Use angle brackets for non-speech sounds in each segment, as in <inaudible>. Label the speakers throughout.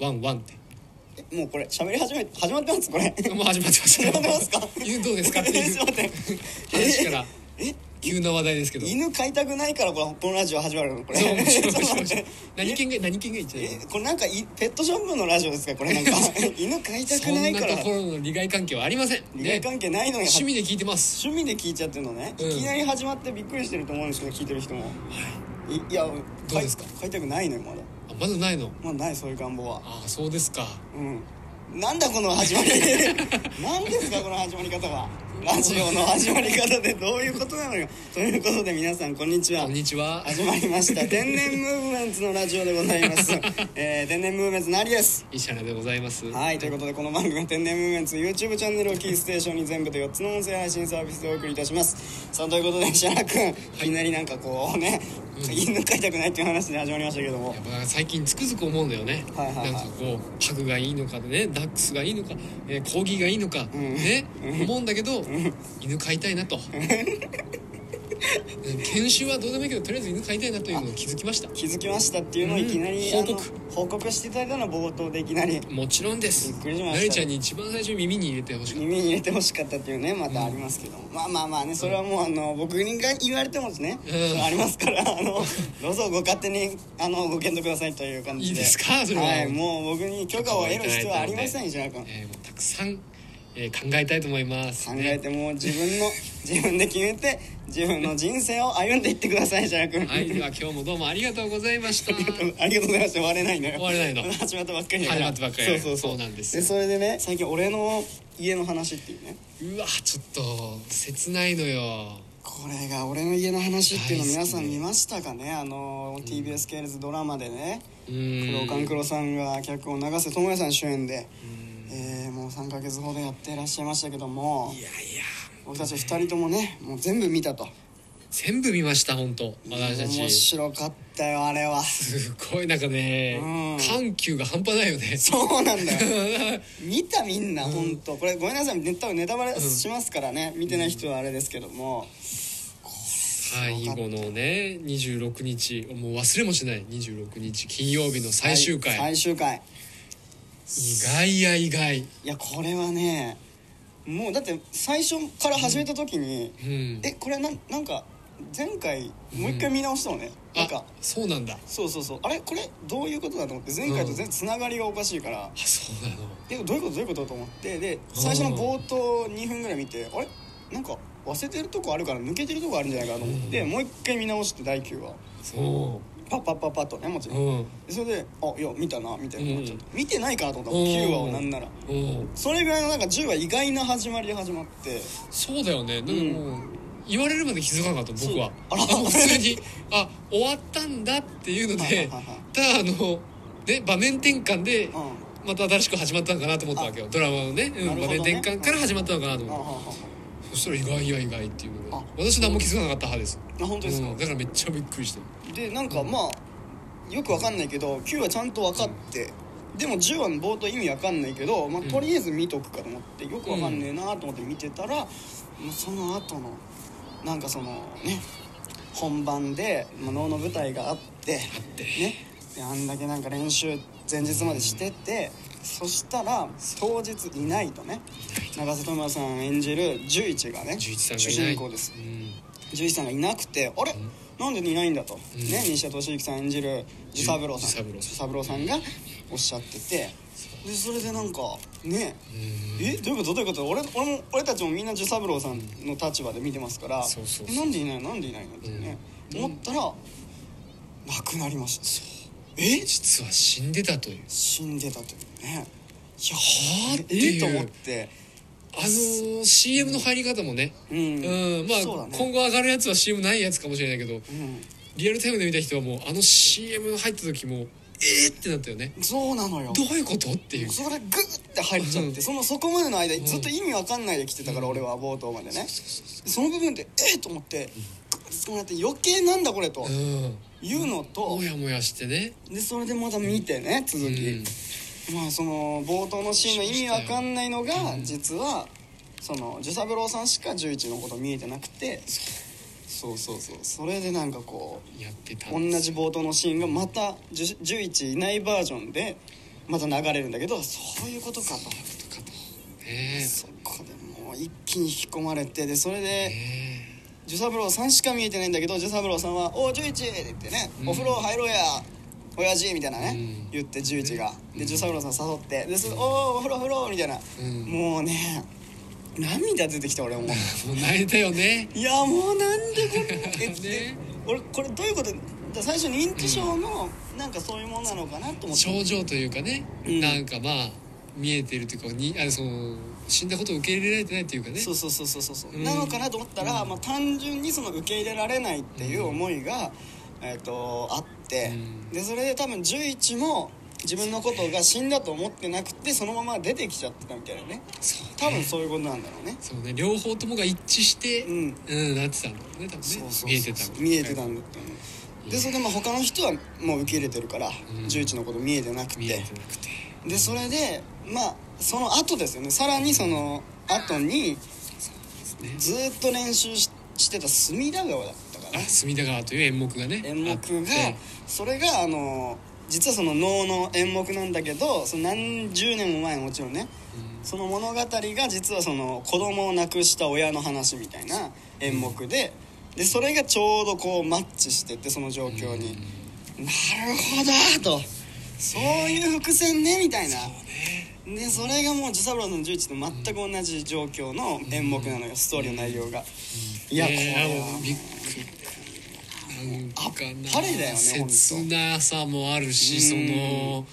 Speaker 1: ワンワンって
Speaker 2: えもうこれ喋り始め始まってますこれ
Speaker 1: もう始まってます
Speaker 2: 始まってますか
Speaker 1: 犬どうですかって
Speaker 2: え
Speaker 1: い
Speaker 2: ち
Speaker 1: う話か
Speaker 2: ょ <laughs> っと待って
Speaker 1: ら
Speaker 2: え
Speaker 1: 急な話題ですけど
Speaker 2: 犬飼いたくないからこのこのラジオ始まるのこれ
Speaker 1: そう面白い
Speaker 2: <laughs> ち
Speaker 1: 面
Speaker 2: ょっと
Speaker 1: 白い面白
Speaker 2: 待っ
Speaker 1: い
Speaker 2: て
Speaker 1: 何県が何県が言っちゃい
Speaker 2: えこれなんかいペットショップのラジオですかこ
Speaker 1: <laughs>
Speaker 2: れなんか犬飼いた
Speaker 1: そ
Speaker 2: く
Speaker 1: ん
Speaker 2: ない
Speaker 1: な
Speaker 2: から
Speaker 1: ところの利害関係はありません
Speaker 2: 利害
Speaker 1: ね
Speaker 2: 関係ないのに
Speaker 1: 趣味で聞いてます
Speaker 2: 趣味で聞いちゃってるのね、
Speaker 1: うん
Speaker 2: いきなり始まってびっくりしてると思うんですけど聞いてる人もいいやど
Speaker 1: どうですか
Speaker 2: 飼いたくないのよまだ
Speaker 1: あまだないの
Speaker 2: まだないそういう願望は
Speaker 1: ああそうですか
Speaker 2: うんなんだこの始まり <laughs> 何ですかこの始まり方はラジオの始まり方でどういうことなのよということで皆さんこんにちは
Speaker 1: こんにちは
Speaker 2: 始まりました天然ムーブメンツのラジオでございます、 <laughs> えー天然ムーブメンツのアリです
Speaker 1: 石原でございます
Speaker 2: はいということでこの番組は天然ムーブメンツ YouTube チャンネルをキーステーションに全部で4つの音声配信サービスでお送りいたしますさあということで石原君、い、きなりなんかこうね、犬飼いたくないっていう話で始まりましたけども
Speaker 1: やっぱ最近つくづく思うんだよね、
Speaker 2: はいはいはい
Speaker 1: なんかこうパグがいいのかねダックスがいいのか、えーコーギーがいいのか、
Speaker 2: ん
Speaker 1: ね思うんだけど、犬飼いたい
Speaker 2: <laughs>
Speaker 1: なと研修はどうでもいいけどとりあえず犬飼いたいなというのを気づきました
Speaker 2: 気づきましたっていうのをいきなり、
Speaker 1: うん
Speaker 2: あの
Speaker 1: 報告
Speaker 2: 報告していただいたのは冒頭でいきなり
Speaker 1: もちろんです
Speaker 2: びっくりしました
Speaker 1: なりちゃんに一番最初に耳に入れてほしかっ
Speaker 2: 耳に入れてほしかったっていうねまたありますけども、まあまあまあねそれはもうあの僕にが言われてもね、
Speaker 1: うん
Speaker 2: それありますからあのどうぞご勝手にあのご検討くださいという感じ
Speaker 1: い
Speaker 2: で
Speaker 1: いですかそれは
Speaker 2: はいもう僕に許可を得る必要はありません石原
Speaker 1: た、
Speaker 2: 君
Speaker 1: えーもうたくさん、えー考えたいと思います、
Speaker 2: 考え
Speaker 1: ね
Speaker 2: てもう自分の自分で決めて自分の人生を歩んでいってください石原君、
Speaker 1: はいでは今日もどうもありがとうございました
Speaker 2: <laughs> ありがとうございました終われないのよ
Speaker 1: 終われないの
Speaker 2: <laughs> 始まったばっかりだから
Speaker 1: 始まったばっかり
Speaker 2: そうそうそう
Speaker 1: そうなんですよ
Speaker 2: でそれでね最近俺の家の話っていうね
Speaker 1: うわちょっと切ないのよ
Speaker 2: これが俺の家の話っていうの
Speaker 1: 大好き
Speaker 2: 皆さん見ましたかねあの TBS 系列ドラマでね
Speaker 1: うん
Speaker 2: 黒勘黒さんが脚本永瀬智也さん主演で、えーもう3ヶ月ほどやってらっしゃいましたけども
Speaker 1: いやいや
Speaker 2: 僕たち2人ともねもう全部見たと
Speaker 1: 全部見ました本当私た
Speaker 2: 面
Speaker 1: ち
Speaker 2: 白かったよあれは <laughs>
Speaker 1: すごいなんかね
Speaker 2: うん
Speaker 1: 緩急が半端ないよね
Speaker 2: そうなんだ
Speaker 1: <laughs>
Speaker 2: よ見たみんな本当これごめんなさいネタネタバレしますからね見てない人はあれですけども
Speaker 1: 最後のね26日もう忘れもしない26日金曜日の最終
Speaker 2: は
Speaker 1: 回
Speaker 2: い最終回
Speaker 1: 意外や意外
Speaker 2: いやこれはねもうだって最初から始めた時に、
Speaker 1: うん
Speaker 2: えこれなんなんか前回もう一回見直したのね、なん
Speaker 1: あ
Speaker 2: か
Speaker 1: そうなんだあ
Speaker 2: そうそうそうあれこれどういうことだと思って前回と全然つながりがおかしいから、
Speaker 1: そうなの
Speaker 2: でどういうことどういうことと思ってで最初の冒頭2分ぐらい見てあれなんか忘れてるとこあるから抜けてるとこあるんじゃないかなと思って、もう一回見直して第9話
Speaker 1: そ
Speaker 2: パッパッパッパッとねもち
Speaker 1: う
Speaker 2: ろ、
Speaker 1: うんん
Speaker 2: それであいや見たなみたいな、
Speaker 1: うん
Speaker 2: ちょっと見てないかなと思った9話をなんなら
Speaker 1: うん
Speaker 2: それぐらいのなんか10話意外な始まりで始まって
Speaker 1: そうだよねなんかもう言われるまで気づかなかった僕は
Speaker 2: そうあら
Speaker 1: あもう普通にあ終わったんだっていうの
Speaker 2: はいはい
Speaker 1: で
Speaker 2: はいはい
Speaker 1: ただあのね場面転換で
Speaker 2: うん
Speaker 1: また新しく始まったのかなと思ったわけよドラマのねうん
Speaker 2: なるほ
Speaker 1: 場
Speaker 2: どね
Speaker 1: 面転換から始まったのかなと
Speaker 2: あは
Speaker 1: 思っ
Speaker 2: はは
Speaker 1: てそしたら意外や意外っていう
Speaker 2: あ
Speaker 1: ので私何も気づかなかった派です
Speaker 2: あ本当ですか、
Speaker 1: うんだからめっちゃびっくりして
Speaker 2: でなんかまあよくわかんないけど9はちゃんと分かってでも10話の冒頭意味わかんないけど、まあ、とりあえず見とくかと思ってよくわかんねえなと思って見てたら、まあその後のなんかそのね本番で「まあ能の舞台があってねであんだけなんか練習前日までしててそしたら当日いないとね長瀬智也さん演じる十一がね
Speaker 1: 11さん
Speaker 2: 主
Speaker 1: がいな
Speaker 2: 人公
Speaker 1: い
Speaker 2: です
Speaker 1: うん
Speaker 2: 獣医さんがいなくてあれ、なんでいないんだと、
Speaker 1: うん
Speaker 2: ね西田敏行さん演じる寿三郎さん
Speaker 1: 寿三郎さん
Speaker 2: 三郎さんがおっしゃっててでそれでなんかね
Speaker 1: うん
Speaker 2: えどういうことどういうこと俺俺も俺たちもみんな寿三郎さんの立場で見てますから
Speaker 1: そうそうそう
Speaker 2: えなんでいないのなんでいないのってね、
Speaker 1: うん
Speaker 2: 思ったら亡くなりました
Speaker 1: え実は死んでたという
Speaker 2: 死んでたというねいや
Speaker 1: はあって
Speaker 2: え
Speaker 1: い
Speaker 2: え
Speaker 1: う
Speaker 2: と思って
Speaker 1: あのー CM の入り方もね
Speaker 2: うん、
Speaker 1: うんまあ
Speaker 2: そうだね
Speaker 1: 今後上がるやつは CM ないやつかもしれないけど
Speaker 2: う
Speaker 1: リアルタイムで見た人はもうあの CM 入った時もえーってなったよね
Speaker 2: ん、そうなのよ
Speaker 1: どういうことっていう
Speaker 2: そこでグーって入っちゃっ
Speaker 1: う
Speaker 2: て
Speaker 1: ん
Speaker 2: そのそこまでの間ずっと意味わかんないで来てたから
Speaker 1: うん
Speaker 2: 俺は冒頭までね
Speaker 1: そうそうそ
Speaker 2: その部分でえっと思ってグッてもらって余計なんだこれと
Speaker 1: ううん
Speaker 2: いうのと
Speaker 1: もやもやしてね
Speaker 2: でそれでまた見てね続
Speaker 1: うん
Speaker 2: きまあその冒頭のシーンの意味わかんないのが実はその寿三郎さんしか十一のこと見えてなくてそうそうそうそれでなんかこう
Speaker 1: やってた
Speaker 2: 同じ冒頭のシーンがまたじゅ11いないバージョンでまた流れるんだけどそういうことかと
Speaker 1: とかとねえ
Speaker 2: そこでもう一気に引き込まれてでそれで
Speaker 1: ね
Speaker 2: ジュサブローさんしか見えてないんだけどジュサブローさんは「おうジュイチ!」って言ってね「
Speaker 1: うん
Speaker 2: お風呂入ろうや親父」みたいなね、
Speaker 1: うん
Speaker 2: 言ってジュイチが
Speaker 1: う
Speaker 2: で
Speaker 1: ん
Speaker 2: ジュサブローさん誘ってです「おおお風呂お風呂」みたいな、
Speaker 1: うん
Speaker 2: もうね涙出てきた俺もう
Speaker 1: えもう泣いたよね
Speaker 2: いやもうなんでこれ
Speaker 1: <laughs> ね
Speaker 2: え俺これどういうことだから最初認知症のなんかそういうものなのかなと思って、
Speaker 1: 症状というかね、
Speaker 2: うん
Speaker 1: なんかまあ見えてるというかにあその死んだことを受け入れられてないというかね
Speaker 2: そうそうそうそうそう、
Speaker 1: うん
Speaker 2: なのかなと思ったら、
Speaker 1: うん
Speaker 2: まあ、単純にその受け入れられないっていう思いが、えー、とあっ
Speaker 1: う
Speaker 2: て、
Speaker 1: ん
Speaker 2: でそれで多分11も自分のことが死んだと思ってなくてそのまま出てきちゃってたみたいなね
Speaker 1: そう
Speaker 2: 多分そういうことなんだろうね
Speaker 1: そうね両方ともが一致して、
Speaker 2: う
Speaker 1: うん
Speaker 2: ん
Speaker 1: なってたんだろうね多分ね
Speaker 2: そうそうそう
Speaker 1: 見えてたんだ
Speaker 2: 見えてたんだって思うでそれでまあ他の人はもう受け入れてるから、
Speaker 1: ん
Speaker 2: 11のこと見えてなく
Speaker 1: 見えて
Speaker 2: て
Speaker 1: なくて
Speaker 2: でそれでまあその後ですよねさらにその後に
Speaker 1: ね
Speaker 2: ずーっと練習ししてた隅田川だったか
Speaker 1: あ
Speaker 2: な
Speaker 1: 隅田川という演目がね
Speaker 2: 演目
Speaker 1: あ
Speaker 2: が
Speaker 1: って
Speaker 2: それがあの実はその能の演目なんだけどその何十年も前もちろんね
Speaker 1: うん
Speaker 2: その物語が実はその子供を亡くした親の話みたいな演目ででそれがちょうどこうマッチしててその状況に、なるほどとそういう伏線ねみたいな、でそれがもうジュサブローの11と全く同じ状況の演目なのよ、ストーリーの内容が、いやこ
Speaker 1: ね
Speaker 2: れ
Speaker 1: え
Speaker 2: は
Speaker 1: あもうびっくりなんかな
Speaker 2: あっぱれだよねほんと
Speaker 1: 切なさもあるしその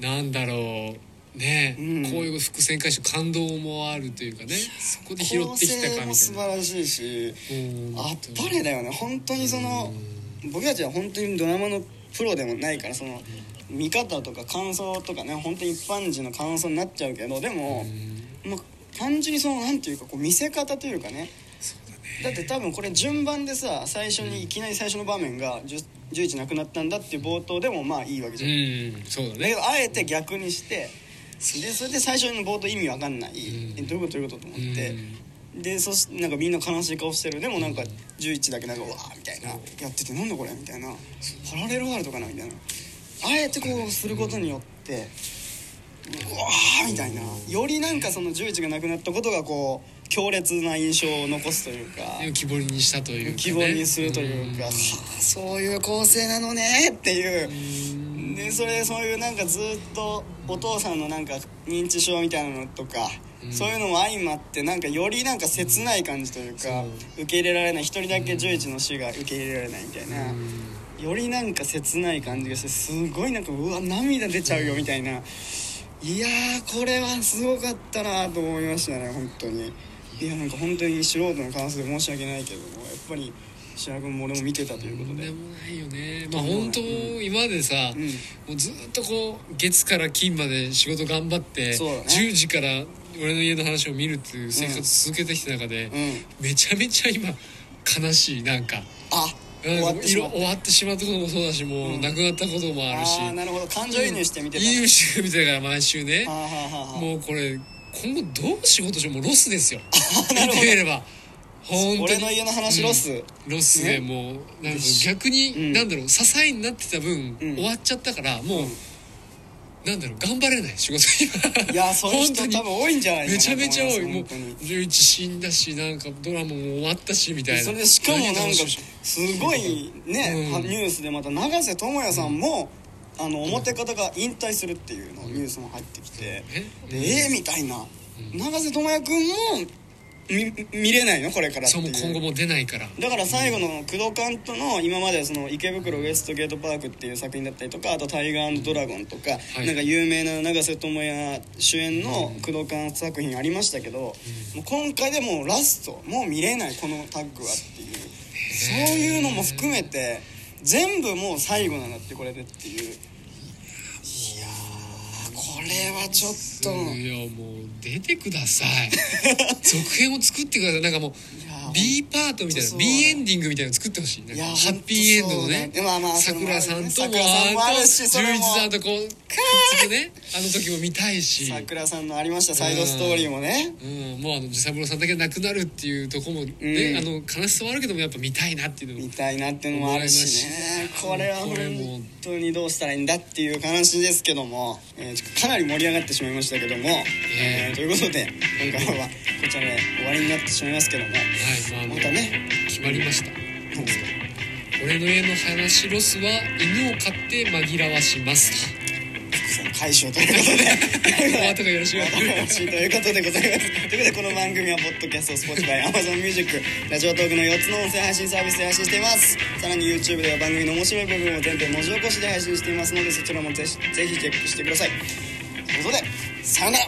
Speaker 1: なんだろうね、
Speaker 2: うん
Speaker 1: こういう伏線回収感動もあるというかねそこで拾ってきたか
Speaker 2: 構成
Speaker 1: み
Speaker 2: も
Speaker 1: た
Speaker 2: 素
Speaker 1: い
Speaker 2: 晴
Speaker 1: な
Speaker 2: らしいしあっぱれだよね本当にその僕たちは本当にドラマのプロでもないからその見方とか感想とかね本当に一般人の感想になっちゃうけどでも、まあ、単純にそのなんていうかこう見せ方というかねだって多分これ順番でさ最初にいきなり最初の場面が10 11なくなったんだっていう冒頭でもまあいいわけじゃん、
Speaker 1: うんそうだ
Speaker 2: だけ
Speaker 1: ね
Speaker 2: どあえて逆にしてでそれで最初の冒頭意味わかんない、
Speaker 1: ん
Speaker 2: えどういうことどういうことと思って、
Speaker 1: うん
Speaker 2: でそしなんかみんな悲しい顔してるでもなんか11だけなんかうわーみたいなやっててなんだこれみたいなパラレルワールドかなみたいなあえてこうすることによってうわーみたいなよりなんかその11がなくなったことがこう強烈な印象を残すというか
Speaker 1: 浮き彫りにしたというか、ね、
Speaker 2: 浮き彫りにするというか、はあそういう構成なのねっていう。
Speaker 1: うん
Speaker 2: でそれそういうなんかずっとお父さんのなんか認知症みたいなのとか、
Speaker 1: うん
Speaker 2: そういうのも相まってなんかよりなんか切ない感じというか、
Speaker 1: う
Speaker 2: 受け入れられない一人だけ十一の死が受け入れられないみたいな、よりなんか切ない感じがしてすごいなんかうわ涙出ちゃうよみたいな、いやーこれはすごかったなと思いましたね本当にいやなんか本当に素人の感想で申し訳ないけどもやっぱり白く君も俺も見てたということ
Speaker 1: とん
Speaker 2: で
Speaker 1: で。もないよねまあ本当今までさ、
Speaker 2: うん
Speaker 1: もうずっとこう月から金まで仕事頑張って、
Speaker 2: そうだね
Speaker 1: 10時から俺の家の話を見るっていう生活を続けてきた中で、
Speaker 2: うん、
Speaker 1: めちゃめちゃ今悲しいなんか
Speaker 2: あ
Speaker 1: うん
Speaker 2: 終わってしまった
Speaker 1: 終わってしまったこともそうだしもうう亡くなったこともあるし、
Speaker 2: あーなるほど感情移入して見てた、
Speaker 1: いいしてみてたから毎週ね
Speaker 2: あーはあはあはあ
Speaker 1: もうこれ今後どう仕事しようもうロスですよ
Speaker 2: <laughs> なるほど
Speaker 1: 言ってみれば本当
Speaker 2: 俺
Speaker 1: に
Speaker 2: の家の話ロス、
Speaker 1: ロスでもうなんか逆
Speaker 2: う
Speaker 1: に
Speaker 2: ん
Speaker 1: なんだろう支えになってた分
Speaker 2: うん
Speaker 1: 終わっちゃったからもうなんだろう頑張れない仕事今
Speaker 2: いやそういう人
Speaker 1: 本当
Speaker 2: 多
Speaker 1: に
Speaker 2: 分多いんじゃないか
Speaker 1: め
Speaker 2: な
Speaker 1: ちゃめちゃ多い
Speaker 2: と思
Speaker 1: もう
Speaker 2: ます本当に
Speaker 1: 11死んだしなんかドラマも終わったしみたい
Speaker 2: で
Speaker 1: な
Speaker 2: それでしかもなんか
Speaker 1: 何楽し
Speaker 2: すごいね、
Speaker 1: うん
Speaker 2: ニュースでまた永瀬智也さんも、あの表方が引退するっていうのニュースも入ってきて、
Speaker 1: うん
Speaker 2: でええみたいな、永瀬智也君も見見れないのこれからっ
Speaker 1: そ
Speaker 2: て
Speaker 1: う
Speaker 2: い
Speaker 1: もう
Speaker 2: う
Speaker 1: 今後も出ないから
Speaker 2: だから最後の工藤監督の今までその池袋ウエストゲートパークっていう作品だったりとかあと「タイガードラゴン」とか、
Speaker 1: はい
Speaker 2: なんか有名な永瀬智也主演の工藤監督作品ありましたけど、もう今回でもうラストもう見れないこのタッグはっていうそういうのも含めて全部もう最後なんだってこれでっていういやーこれはちょっと
Speaker 1: いやもう出てください続編を作ってくださいなんかもう
Speaker 2: いやー
Speaker 1: B パートみたい
Speaker 2: そ
Speaker 1: な
Speaker 2: う
Speaker 1: B エンディングみたいなの作ってほしいなん
Speaker 2: い
Speaker 1: か
Speaker 2: や
Speaker 1: ハッピーエンドのね
Speaker 2: 本当そうだまあまあ
Speaker 1: さくらさんと
Speaker 2: さ
Speaker 1: も
Speaker 2: くらさんもあるしそれ
Speaker 1: 純一
Speaker 2: も
Speaker 1: さんとこうくっつく
Speaker 2: <laughs>
Speaker 1: ねあの時も見たいし
Speaker 2: 桜さんのありましたサイドストーリーもね
Speaker 1: うん、もうあの三郎さんだけ亡くなるっていうとこもね、
Speaker 2: うん
Speaker 1: あの悲しさはあるけどもやっぱ見たいなっていうのも
Speaker 2: みたいなってのもあるしね
Speaker 1: 思
Speaker 2: こ
Speaker 1: い
Speaker 2: れは
Speaker 1: ますし
Speaker 2: 本
Speaker 1: これも
Speaker 2: 当にどうしたらいいんだっていう話ですけども、えーちょっとかなり盛り上がってしまいましたけども、えーということで今回はこちらで終わりになってしまいますけども
Speaker 1: はいまあ、
Speaker 2: またね
Speaker 1: 決まりました
Speaker 2: 何ですか
Speaker 1: 俺の家の話ロスは犬を飼って紛らわし
Speaker 2: <laughs>
Speaker 1: ます
Speaker 2: 伏線回収ということで
Speaker 1: お <laughs> 後がよろしいようで
Speaker 2: お後がよろしいということでございますということでこの番組はポッドキャスト Spotify、Amazon Music ラジオトークの4つの音声配信サービスで配信していますさらに YouTube では番組の面白い部分を全編文字起こしで配信していますのでそちらもぜひぜひチェックしてくださいということでさよなら